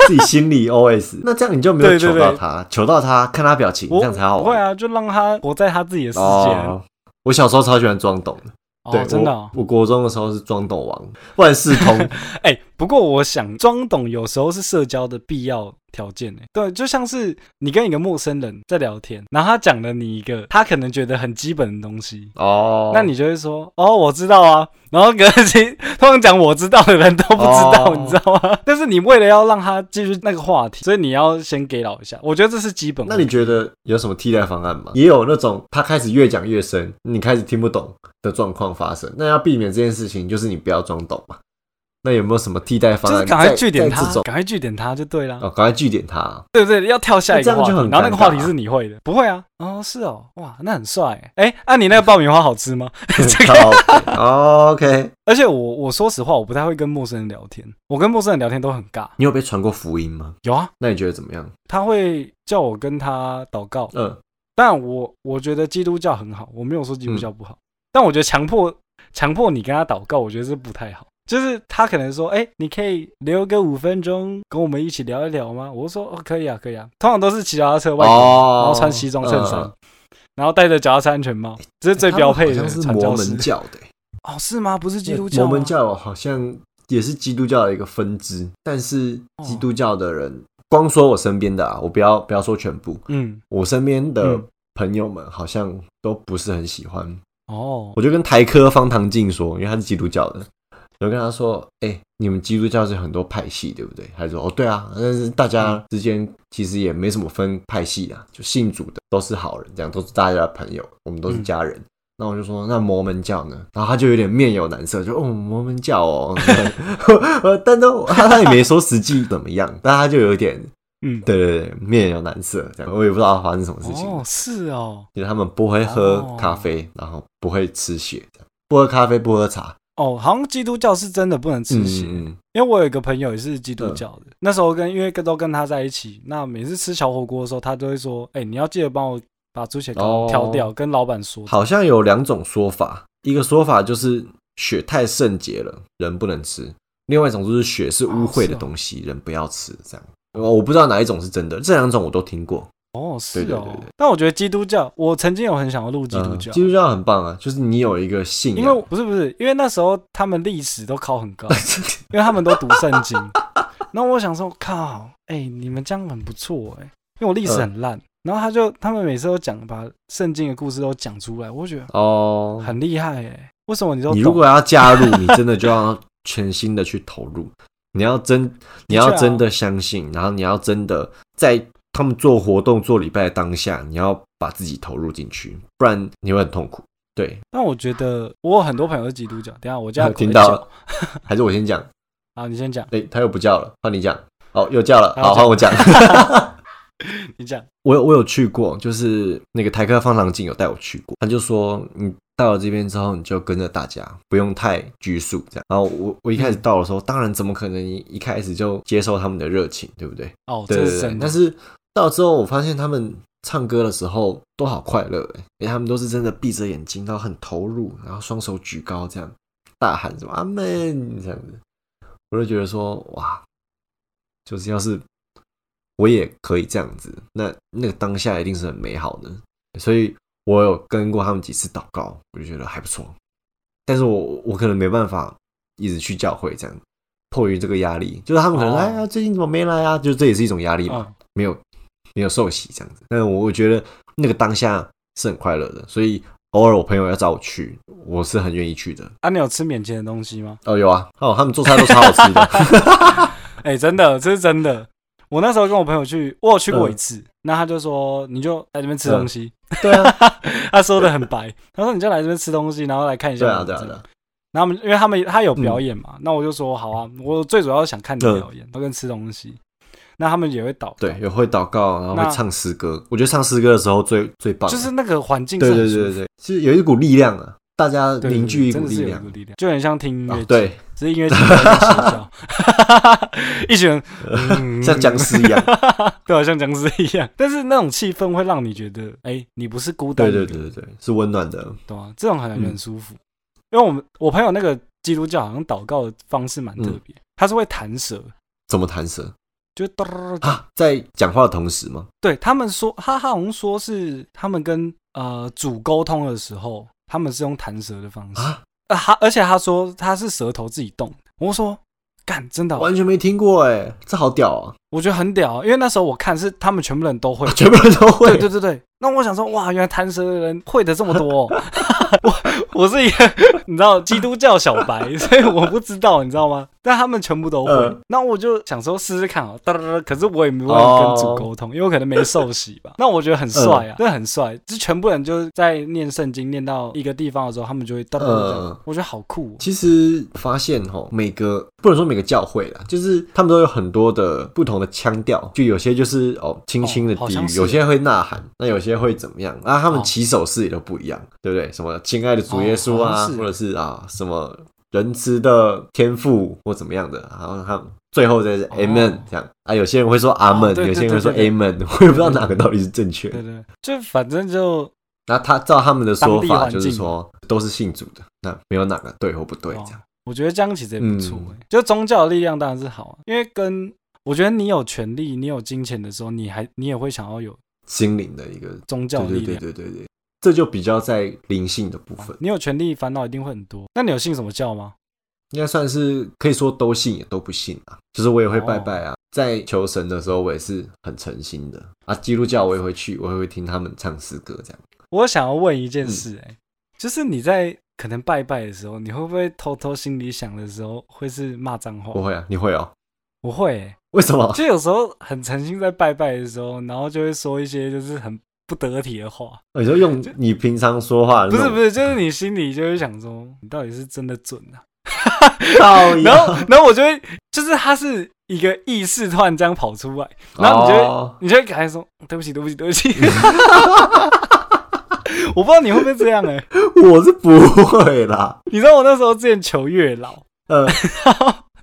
[SPEAKER 1] 自己心 *laughs* 里 OS，那这样你就没
[SPEAKER 2] 对
[SPEAKER 1] 有
[SPEAKER 2] 对
[SPEAKER 1] 求到
[SPEAKER 2] 对
[SPEAKER 1] 他，求到他看他表情，
[SPEAKER 2] 我
[SPEAKER 1] 这样才好
[SPEAKER 2] 不会
[SPEAKER 1] 玩。
[SPEAKER 2] 啊，就让他活在他自己的世界。哦，
[SPEAKER 1] 哦，我小时候超喜欢装懂的，对，
[SPEAKER 2] 真的哦、
[SPEAKER 1] 我，我国中的时候是装懂王，万事通，
[SPEAKER 2] *laughs* 哎、不过我想装懂有时候是社交的必要条件哎、对，就像是你跟一个陌生人在聊天，然后他讲了你一个他可能觉得很基本的东西。
[SPEAKER 1] 哦，
[SPEAKER 2] 那你就会说哦，我知道啊。然后可是 *laughs* 通常讲我知道的人都不知道，
[SPEAKER 1] 哦
[SPEAKER 2] 你知道吗？但是你为了要让他继续那个话题，所以你要先给老一下。我觉得这是基本。
[SPEAKER 1] 那你觉得有什么替代方案吗？也有那种他开始越讲越深，你开始听不懂的状况发生。那要避免这件事情，就是你不要装懂嘛。那有没有什么替代方
[SPEAKER 2] 就
[SPEAKER 1] 案？
[SPEAKER 2] 是赶快
[SPEAKER 1] 在
[SPEAKER 2] 据点
[SPEAKER 1] 在这
[SPEAKER 2] 他，
[SPEAKER 1] 种
[SPEAKER 2] 赶快据点他就对啦。
[SPEAKER 1] 哦，赶快据点他、
[SPEAKER 2] 对不对？要跳下一个
[SPEAKER 1] 那这
[SPEAKER 2] 话
[SPEAKER 1] 样
[SPEAKER 2] 题，
[SPEAKER 1] 就很
[SPEAKER 2] 然后那个话题
[SPEAKER 1] 尴尬啊
[SPEAKER 2] 是你会的，不会啊？哦，是哦，哇，那很帅欸。哎，那、你那个爆米花好吃吗？ *laughs* 这个，
[SPEAKER 1] 好、哦、，OK。
[SPEAKER 2] 而且我我说实话，我不太会跟陌生人聊天，我跟陌生人聊天都很尬。
[SPEAKER 1] 你有被传过福音吗？
[SPEAKER 2] 有啊，
[SPEAKER 1] 那你觉得怎么样？
[SPEAKER 2] 他会叫我跟他祷告，
[SPEAKER 1] 嗯，
[SPEAKER 2] 但我我觉得基督教很好，我没有说基督教不好，但我觉得强迫强迫你跟他祷告，我觉得是不太好。就是他可能说，哎、你可以留个五分钟跟我们一起聊一聊吗？我就说，哦，可以啊，可以啊。通常都是骑脚踏车外国人
[SPEAKER 1] 哦
[SPEAKER 2] 然后穿西装衬衫，
[SPEAKER 1] 嗯
[SPEAKER 2] 然后戴着脚踏车安全帽，这是最标配的
[SPEAKER 1] 他们好像是
[SPEAKER 2] 传
[SPEAKER 1] 摩
[SPEAKER 2] 教士
[SPEAKER 1] 门。教的、
[SPEAKER 2] 哦，是吗？不是基督教吗？
[SPEAKER 1] 摩门教好像也是基督教的一个分支，但是基督教的人，哦光说我身边的啊，我不要不要说全部，
[SPEAKER 2] 嗯，
[SPEAKER 1] 我身边的
[SPEAKER 2] 嗯
[SPEAKER 1] 朋友们好像都不是很喜欢。
[SPEAKER 2] 哦，
[SPEAKER 1] 我就跟台科方唐镜说，因为他是基督教的，我就跟他说：“哎、你们基督教是很多派系，对不对？”他说：“哦，对啊，但是大家之间其实也没什么分派系啊，就信主的都是好人，这样都是大家的朋友，我们都是家
[SPEAKER 2] 嗯
[SPEAKER 1] 人。那我就说，那摩门教呢？然后他就有点面有难色，就哦，摩门教哦， *laughs* 呃但都他他也没说实际怎么样，但他就有点
[SPEAKER 2] 嗯，
[SPEAKER 1] 对对对，面有难色这样，我也不知道发生什么事情。
[SPEAKER 2] 哦，是哦，
[SPEAKER 1] 就是他们不会喝咖啡，然后不会吃血，这样不喝咖啡，不喝茶，
[SPEAKER 2] 哦，好像基督教是真的不能吃血，
[SPEAKER 1] 嗯嗯
[SPEAKER 2] 因为我有一个朋友也是基督教的，那时候跟因为都跟他在一起，那每次吃小火锅的时候，他都会说：“哎、你要记得帮我把猪血糕
[SPEAKER 1] 哦
[SPEAKER 2] 挑掉，跟老板说
[SPEAKER 1] 嗯。好像有两种说法，一个说法就是血太圣洁了，人不能吃；另外一种就是血是污秽
[SPEAKER 2] 哦
[SPEAKER 1] 的东西，人不要吃。这样，哦我我不知道哪一种是真的，这两种我都听过。”
[SPEAKER 2] 哦，是哦。
[SPEAKER 1] 对对对对
[SPEAKER 2] 但我觉得基督教，我曾经有很想要入基督
[SPEAKER 1] 嗯
[SPEAKER 2] 教，
[SPEAKER 1] 基督教很棒啊，就是你有一个信
[SPEAKER 2] 因为
[SPEAKER 1] 仰，
[SPEAKER 2] 不是不是，因为那时候他们历史都考很高，因为他们都读圣经。然后我想说，靠，哎、你们这样很不错哎、因为我
[SPEAKER 1] 嗯
[SPEAKER 2] 历史很烂。然后他就他们每次都讲把圣经的故事都讲出来，我就觉得
[SPEAKER 1] *laughs* 哦，
[SPEAKER 2] 很厉害哎、为什么你都
[SPEAKER 1] 你
[SPEAKER 2] 懂
[SPEAKER 1] 如果要加入，你真的就要全心的去投入，你要真你要真的相信，然后你要真的在他们做活动做礼拜的当下，你要把自己投入进去，不然你会很痛苦。对，
[SPEAKER 2] 但我觉得我有很多朋友是基督教，等一下我家
[SPEAKER 1] 有
[SPEAKER 2] 狗
[SPEAKER 1] *laughs* 听
[SPEAKER 2] 在
[SPEAKER 1] 到
[SPEAKER 2] 叫
[SPEAKER 1] *laughs* 了，还是我先讲。
[SPEAKER 2] 啊，你先讲。
[SPEAKER 1] 哎、他又不叫了，换你讲。哦，又叫了，
[SPEAKER 2] 好
[SPEAKER 1] 好
[SPEAKER 2] 讲
[SPEAKER 1] 好，我讲，
[SPEAKER 2] 你讲，
[SPEAKER 1] 我有我有去过，就是那个台客放狼镜有带我去过，他就说你到了这边之后，你就跟着大家，不用太拘束这样。然后我我一开始到的时候，当然怎么可能你一开始就接受他们的热情，对不对？
[SPEAKER 2] 哦，
[SPEAKER 1] 对
[SPEAKER 2] 这
[SPEAKER 1] 对
[SPEAKER 2] 是真
[SPEAKER 1] 对
[SPEAKER 2] 的。。
[SPEAKER 1] 但是到之后，我发现他们唱歌的时候都好快乐哎、因为他们都是真的闭着眼睛，然后很投入，然后双手举高这样大喊什么“阿门”这样子，我就觉得说哇，就是要是我也可以这样子，那那个当下一定是很美好的。所以我有跟过他们几次祷告，我就觉得还不错。但是我我可能没办法一直去教会这样，迫于这个压力，就是他们可能、
[SPEAKER 2] 哦
[SPEAKER 1] 哎呀最近怎么没来啊，就是这也是一种压力嘛，
[SPEAKER 2] 嗯，
[SPEAKER 1] 没有没有受洗这样子。但我我觉得那个当下是很快乐的，所以偶尔我朋友要找我去，我是很愿意去的。
[SPEAKER 2] 啊，你有吃免钱的东西吗？
[SPEAKER 1] 哦，有啊，哦，他们做菜都超好吃
[SPEAKER 2] *laughs*
[SPEAKER 1] 的，
[SPEAKER 2] 哎、真的，这是真的。我那时候跟我朋友去，我有去过一次，那他就说你就来这边吃东西，
[SPEAKER 1] 嗯对啊，
[SPEAKER 2] *laughs* 他说的很白，他说你就来这边吃东西，然后来看一下
[SPEAKER 1] 对
[SPEAKER 2] 我
[SPEAKER 1] 啊，
[SPEAKER 2] 们这
[SPEAKER 1] 对
[SPEAKER 2] 样。
[SPEAKER 1] 啊，对啊，
[SPEAKER 2] 然后他们因为他们他有表演嘛，那我就说好啊，我最主要是想看你
[SPEAKER 1] 嗯
[SPEAKER 2] 表演，然后跟吃东西。那他们也会倒，
[SPEAKER 1] 对，有会祷告，然后
[SPEAKER 2] 那
[SPEAKER 1] 会唱诗歌。我觉得唱诗歌的时候最最棒，
[SPEAKER 2] 就是那个环境是
[SPEAKER 1] 对
[SPEAKER 2] 很
[SPEAKER 1] 对
[SPEAKER 2] 舒服
[SPEAKER 1] 对对，是有一股力量啊，大家
[SPEAKER 2] 对对对
[SPEAKER 1] 凝聚一
[SPEAKER 2] 真
[SPEAKER 1] 股
[SPEAKER 2] 的是
[SPEAKER 1] 力
[SPEAKER 2] 有一
[SPEAKER 1] 量
[SPEAKER 2] 股。力量，就很像听音乐
[SPEAKER 1] 啊
[SPEAKER 2] 剧、，
[SPEAKER 1] 对，
[SPEAKER 2] 只是音乐剧在那边
[SPEAKER 1] *laughs*
[SPEAKER 2] 嬉笑一群人、嗯
[SPEAKER 1] 像僵尸一样。
[SPEAKER 2] 对啊，像僵尸一样。但是那种气氛会让你觉得，哎、你不是孤单
[SPEAKER 1] 对
[SPEAKER 2] 的，
[SPEAKER 1] 对对对对，是温暖的。
[SPEAKER 2] 对啊，这种很感觉很
[SPEAKER 1] 嗯
[SPEAKER 2] 舒服。因为我们我朋友那个基督教好像祷告的方式蛮特别，
[SPEAKER 1] 嗯
[SPEAKER 2] 他是会弹舌，
[SPEAKER 1] 怎么弹舌
[SPEAKER 2] 就哆哆哆哆
[SPEAKER 1] 啊？在讲话的同时吗？
[SPEAKER 2] 对他们说，他他好像说是他们跟呃主沟通的时候，他们是用弹舌的方式
[SPEAKER 1] 啊，
[SPEAKER 2] 啊，他而且他说他是舌头自己动的。我说干，真的哦、
[SPEAKER 1] 完全没听过哎，这好屌啊！，
[SPEAKER 2] 我觉得很屌啊、因为那时候我看是他们全部人都会
[SPEAKER 1] *laughs* 全部人都会
[SPEAKER 2] 对。对对对，那我想说，哇，原来弹舌的人会的这么多、 *laughs* 哦。我我是一个 *laughs* 你知道基督教小白， *laughs* 所以我不知道，你知道吗？但他们全部都会
[SPEAKER 1] 嗯。
[SPEAKER 2] 那、我就想说试试看哦，哒哒哒。可是我也没办法跟主沟通，
[SPEAKER 1] 哦
[SPEAKER 2] 因为我可能没受洗吧。那我觉得很帅
[SPEAKER 1] 嗯
[SPEAKER 2] 啊，真的很帅。就全部人就是在念圣经念到一个地方的时候，他们就会哒哒哒
[SPEAKER 1] 嗯
[SPEAKER 2] 哒。我觉得好酷、哦。
[SPEAKER 1] 其实发现吼，每个不能说每个教会啦，就是他们都有很多的不同的腔调，就有些就是哦轻轻的
[SPEAKER 2] 哦好
[SPEAKER 1] 低
[SPEAKER 2] 像
[SPEAKER 1] 语，
[SPEAKER 2] 是
[SPEAKER 1] 有些会呐喊，那有些会怎么样？啊，他们
[SPEAKER 2] 哦
[SPEAKER 1] 起手势也都不一样，对不对？什么亲爱的主耶稣
[SPEAKER 2] 哦好
[SPEAKER 1] 啊，
[SPEAKER 2] 像是
[SPEAKER 1] 或者是啊什么仁慈的天赋或怎么样的，然后他们。最后再是
[SPEAKER 2] 哦
[SPEAKER 1] Amen 这样啊，有些人会说阿门
[SPEAKER 2] 哦，对
[SPEAKER 1] 有些人会说
[SPEAKER 2] 对对
[SPEAKER 1] Amen，我也不 *laughs* 知道哪个到底是正确。
[SPEAKER 2] 对对，就反正就
[SPEAKER 1] 那他照他们的说
[SPEAKER 2] 当地
[SPEAKER 1] 法，
[SPEAKER 2] 环境
[SPEAKER 1] 就是说都是信主的，那没有哪个对或不
[SPEAKER 2] 哦
[SPEAKER 1] 对这样。
[SPEAKER 2] 我觉得这样其实也不错、欸
[SPEAKER 1] 嗯
[SPEAKER 2] 就宗教的力量当然是好、啊，因为跟我觉得你有权利、你有金钱的时候，你还你也会想要有
[SPEAKER 1] 心灵的一个
[SPEAKER 2] 宗教的
[SPEAKER 1] 对对
[SPEAKER 2] 力
[SPEAKER 1] 对
[SPEAKER 2] 量。
[SPEAKER 1] 对对对，这就比较在灵性的部分，
[SPEAKER 2] 你有权利，烦恼一定会很多。那你有信什么教吗？
[SPEAKER 1] 应该算是可以说都信也都不信啊。就是我也会拜拜啊，在求神的时候我也是很诚心的啊。基督教我也会去，我也会听他们唱诗歌这样。
[SPEAKER 2] 我想要问一件事、欸，
[SPEAKER 1] 嗯
[SPEAKER 2] 哎、就是你在可能拜拜的时候，你会不会偷偷心里想的时候会是骂脏话？
[SPEAKER 1] 不会哦啊，你会哦？
[SPEAKER 2] 我会、
[SPEAKER 1] *laughs*
[SPEAKER 2] 欸，
[SPEAKER 1] 为什么？
[SPEAKER 2] 就有时候很诚心在拜拜的时候，然后就会说一些就是很不得体的话。
[SPEAKER 1] 你说用你平常说话的
[SPEAKER 2] 不
[SPEAKER 1] 那
[SPEAKER 2] 是
[SPEAKER 1] 种
[SPEAKER 2] 不是，就是你心里就会想说，你到底是真的准啊？
[SPEAKER 1] 靠
[SPEAKER 2] *laughs* 然后
[SPEAKER 1] 腰，
[SPEAKER 2] 然后我就会，就是他是一个意识突然这样跑出来，然后你就会、
[SPEAKER 1] 哦
[SPEAKER 2] 你就会赶快说嗯对不起，对不起，对不起。 *laughs* 我不知道你会不会这样哎、
[SPEAKER 1] 我是不
[SPEAKER 2] *laughs*
[SPEAKER 1] 会啦。
[SPEAKER 2] 你知道我那时候之前求月老，
[SPEAKER 1] 呃，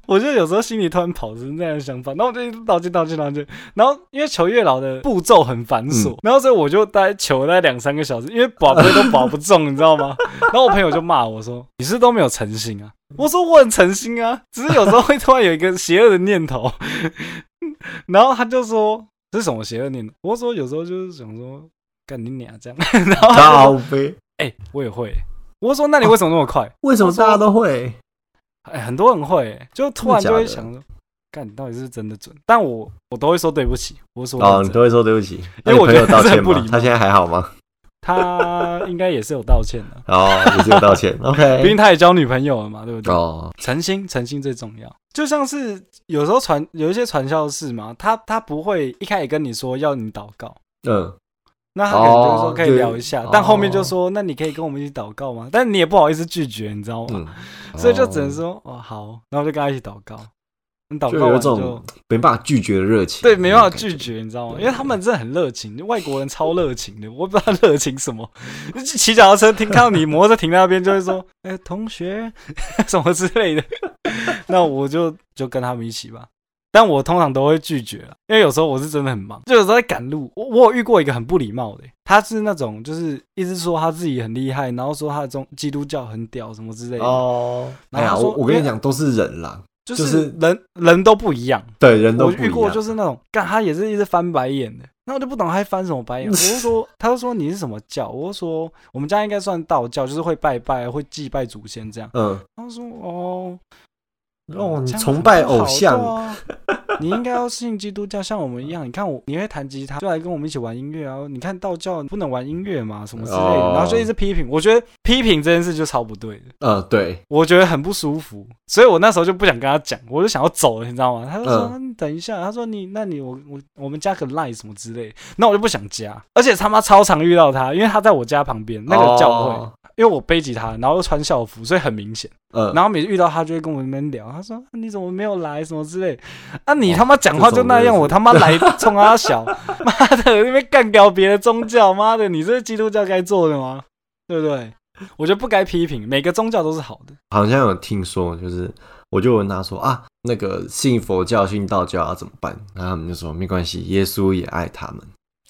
[SPEAKER 2] 我就有时候心里突然跑出那样的想法，然后我就一直道歉道歉道歉，然后因为求月老的步骤很繁琐，
[SPEAKER 1] 嗯
[SPEAKER 2] 然后所以我就大概求了大概两三个小时，因为保龟都保不中， *laughs* 你知道吗？然后我朋友就骂我说：“你是不是都没有诚心啊？”我说：“我很诚心啊，只是有时候会突然有一个邪恶的念头。” *laughs* 然后他就说：“这是什么邪恶念头？”我说：“有时候就是想说干你娘这样。” *laughs* 然后他就说
[SPEAKER 1] 靠背，：“
[SPEAKER 2] 哎、啊我也会。”我说：“那你为什么那么快？”
[SPEAKER 1] 为什么大家都会？
[SPEAKER 2] 哎、很多人会、就突然
[SPEAKER 1] 真的假
[SPEAKER 2] 就会
[SPEAKER 1] 的
[SPEAKER 2] 想说，干，你到底是真的准？但我我都会说对不起，我说
[SPEAKER 1] 哦，
[SPEAKER 2] 认
[SPEAKER 1] 你
[SPEAKER 2] 真
[SPEAKER 1] 都会说对不起，
[SPEAKER 2] 因为我
[SPEAKER 1] 那你朋
[SPEAKER 2] 觉得
[SPEAKER 1] 友道
[SPEAKER 2] 这很
[SPEAKER 1] 歉
[SPEAKER 2] 不
[SPEAKER 1] 吗
[SPEAKER 2] 礼貌
[SPEAKER 1] 他现在还好吗？
[SPEAKER 2] 他应该也是有道歉
[SPEAKER 1] *laughs*
[SPEAKER 2] 的，
[SPEAKER 1] 哦，也是有
[SPEAKER 2] *laughs*
[SPEAKER 1] 道歉。
[SPEAKER 2] 毕竟
[SPEAKER 1] OK，
[SPEAKER 2] 他也交女朋友了嘛，对不对？
[SPEAKER 1] 哎哦，
[SPEAKER 2] 诚心，诚心最重要。就像是有时候传有一些传销事嘛，他他不会一开始跟你说要你祷告，
[SPEAKER 1] 嗯，
[SPEAKER 2] 那他可能就是说
[SPEAKER 1] 哦
[SPEAKER 2] 可以
[SPEAKER 1] 对
[SPEAKER 2] 聊一下，但后面就
[SPEAKER 1] 哦
[SPEAKER 2] 说那你可以跟我们一起祷告吗？但你也不好意思拒绝，你知道吗？
[SPEAKER 1] 嗯，
[SPEAKER 2] 所以就只能
[SPEAKER 1] 哦
[SPEAKER 2] 说哦好，然后就跟他一起祷告。你祷
[SPEAKER 1] 就
[SPEAKER 2] 告
[SPEAKER 1] 有一
[SPEAKER 2] 完
[SPEAKER 1] 种没办法拒绝的热情，
[SPEAKER 2] 对，没办法
[SPEAKER 1] 绝。
[SPEAKER 2] 拒绝，你知道吗？
[SPEAKER 1] 对
[SPEAKER 2] 因为他们真的很热情，外国人超热情 *laughs* 的，我不知道热情什么。骑脚踏车停，看到你摩托车停那边，就会说：“ *laughs* 哎、同学， *laughs* 什么之类的。” *laughs* 那我就就跟他们一起吧。但我通常都会拒绝了，因为有时候我是真的很忙，就有时候在赶路。我我有遇过一个很不礼貌的、他是那种就是一直说他自己很厉害，然后说他的中基督教很屌什么之类的。
[SPEAKER 1] 哦，
[SPEAKER 2] 然
[SPEAKER 1] 哎呀，
[SPEAKER 2] 后他说
[SPEAKER 1] 我我跟你讲，都是人啦，
[SPEAKER 2] 就
[SPEAKER 1] 就是
[SPEAKER 2] 是人、人都不一样。
[SPEAKER 1] 对，人都
[SPEAKER 2] 我
[SPEAKER 1] 不一
[SPEAKER 2] 遇过
[SPEAKER 1] 样。
[SPEAKER 2] 就是那种，干他也是一直翻白眼的，那我就不懂他在翻什么白眼。我就
[SPEAKER 1] *laughs*
[SPEAKER 2] 说，他就说你是什么教？我就说我们家应该算道教，就是会拜拜，会祭拜祖先这样。
[SPEAKER 1] 嗯，
[SPEAKER 2] 他就说哦，
[SPEAKER 1] 哦，你
[SPEAKER 2] 这样
[SPEAKER 1] 崇
[SPEAKER 2] 很
[SPEAKER 1] 拜
[SPEAKER 2] 不好
[SPEAKER 1] 偶像，
[SPEAKER 2] 对啊你应该要信基督教，像我们一样。你看我，你会弹吉他，就来跟我们一起玩音乐啊。你看道教不能玩音乐嘛，什么之类的，
[SPEAKER 1] 哦
[SPEAKER 2] 然后就一直批评。我觉得批评这件事就超不对的。
[SPEAKER 1] 嗯，对，
[SPEAKER 2] 我觉得很不舒服，所以我那时候就不想跟他讲，我就想要走了，你知道吗？他就
[SPEAKER 1] 嗯
[SPEAKER 2] 说、啊你等一下，他说你那你我我我们加个 line 什么之类的，那我就不想加，而且他妈超常遇到他，因为他在我家旁边那个教会，
[SPEAKER 1] 哦，
[SPEAKER 2] 因为我背吉他，然后又穿校服，所以很明显。
[SPEAKER 1] 嗯，
[SPEAKER 2] 然后每次遇到他就会跟我们那边聊，他说啊你怎么没有来什么之类，啊你他妈讲话就那样，
[SPEAKER 1] 这种人 *laughs*
[SPEAKER 2] 我他妈来冲他小， *laughs* 妈的那边干掉别的宗教，妈的你这是基督教该做的吗？对不对？我觉得不该批评，每个宗教都是好的。
[SPEAKER 1] 好像有听说，就是我就问他说啊，那个信佛教、信道教要怎么办？然后他们就说没关系，耶稣也爱他们。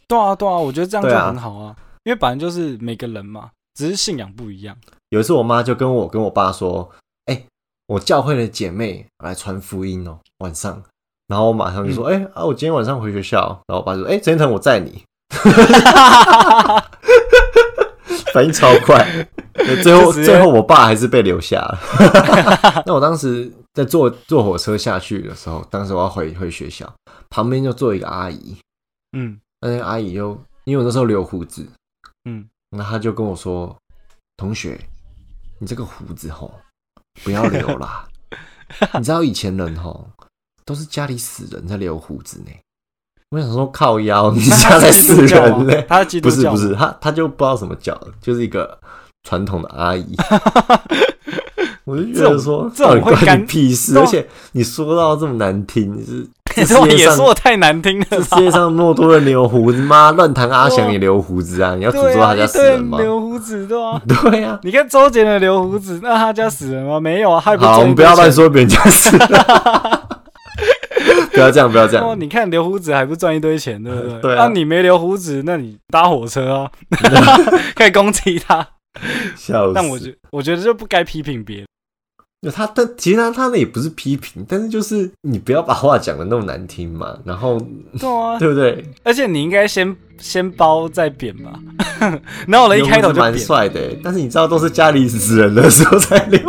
[SPEAKER 2] 对啊，对啊，我觉得这样就
[SPEAKER 1] 对啊
[SPEAKER 2] 很好啊，因为本来就是每个人嘛，只是信仰不一样。
[SPEAKER 1] 有一次，我妈就跟我跟我爸说：“哎、我教会的姐妹来传福音哦，晚上。”然后我马上就
[SPEAKER 2] 嗯
[SPEAKER 1] 说：“哎、啊，我今天晚上回学校。”然后我爸就说：“哎、陈腾，我载
[SPEAKER 2] *laughs*
[SPEAKER 1] 你。”反应超快，
[SPEAKER 2] *laughs*
[SPEAKER 1] 最后
[SPEAKER 2] 就直接
[SPEAKER 1] 最后我爸还是被留下了。 *laughs* 那我当时在坐坐火车下去的时候，当时我要回回学校，旁边就坐一个阿姨，
[SPEAKER 2] 嗯
[SPEAKER 1] *laughs* 那那个阿姨就因为我那时候留胡子，
[SPEAKER 2] 嗯，
[SPEAKER 1] 那他就跟我说：“同学，你这个胡子吼，不要留
[SPEAKER 2] *laughs*
[SPEAKER 1] 啦。你知道以前人吼都是家里死人在留胡子呢。”我想说靠腰，你
[SPEAKER 2] 那
[SPEAKER 1] 家
[SPEAKER 2] *laughs* 他
[SPEAKER 1] 在
[SPEAKER 2] 是基
[SPEAKER 1] 死
[SPEAKER 2] 督教
[SPEAKER 1] 人
[SPEAKER 2] 吗
[SPEAKER 1] 呢？
[SPEAKER 2] 他是基督
[SPEAKER 1] *laughs* 不是
[SPEAKER 2] 教
[SPEAKER 1] 不
[SPEAKER 2] 吗
[SPEAKER 1] 是，他他就不知道什么教，就是一个传统的
[SPEAKER 2] *laughs*
[SPEAKER 1] 阿姨。我就觉得说，
[SPEAKER 2] 这种这种会
[SPEAKER 1] 到底关你
[SPEAKER 2] 干
[SPEAKER 1] 屁事，
[SPEAKER 2] 对啊
[SPEAKER 1] 而且你说到这么难听，就是
[SPEAKER 2] 你
[SPEAKER 1] 这
[SPEAKER 2] *laughs* 这我
[SPEAKER 1] 世界
[SPEAKER 2] 也
[SPEAKER 1] 上
[SPEAKER 2] 说我太难听了
[SPEAKER 1] *laughs* 这世
[SPEAKER 2] 吧？
[SPEAKER 1] 界上那么多人留胡子，妈乱弹阿翔也留胡子啊！你要诅
[SPEAKER 2] 对
[SPEAKER 1] 咒
[SPEAKER 2] 啊，
[SPEAKER 1] 他
[SPEAKER 2] 一
[SPEAKER 1] 家死
[SPEAKER 2] 堆
[SPEAKER 1] 人
[SPEAKER 2] 人
[SPEAKER 1] 吗？
[SPEAKER 2] 留胡子对啊。
[SPEAKER 1] 对呀、
[SPEAKER 2] 你看周杰伦留胡子，那他家死人吗？没有啊，还不
[SPEAKER 1] 好，我们不要乱
[SPEAKER 2] 说。
[SPEAKER 1] 说别人家
[SPEAKER 2] *laughs*
[SPEAKER 1] 死人，不要这样，不要这
[SPEAKER 2] 哦，
[SPEAKER 1] 样。
[SPEAKER 2] 你看留胡子还不赚一堆钱，对不对？
[SPEAKER 1] *laughs* 对啊
[SPEAKER 2] 你没留胡子，那你搭火车啊，
[SPEAKER 1] *laughs*
[SPEAKER 2] *laughs* 可以攻击他。
[SPEAKER 1] 笑死！
[SPEAKER 2] 但我觉我觉得就不该批评
[SPEAKER 1] *laughs*
[SPEAKER 2] 别人。
[SPEAKER 1] 得他，但其实他他那也不是批评，但是就是你不要把话讲的那么难听嘛，然后
[SPEAKER 2] 对啊，
[SPEAKER 1] 对不对？
[SPEAKER 2] 而且你应该先先包再扁吧， *laughs* 哪有人一开头
[SPEAKER 1] 留胡子
[SPEAKER 2] 就
[SPEAKER 1] 蛮
[SPEAKER 2] 扁？
[SPEAKER 1] 帅的，但是你知道都是家里死人的时候才留。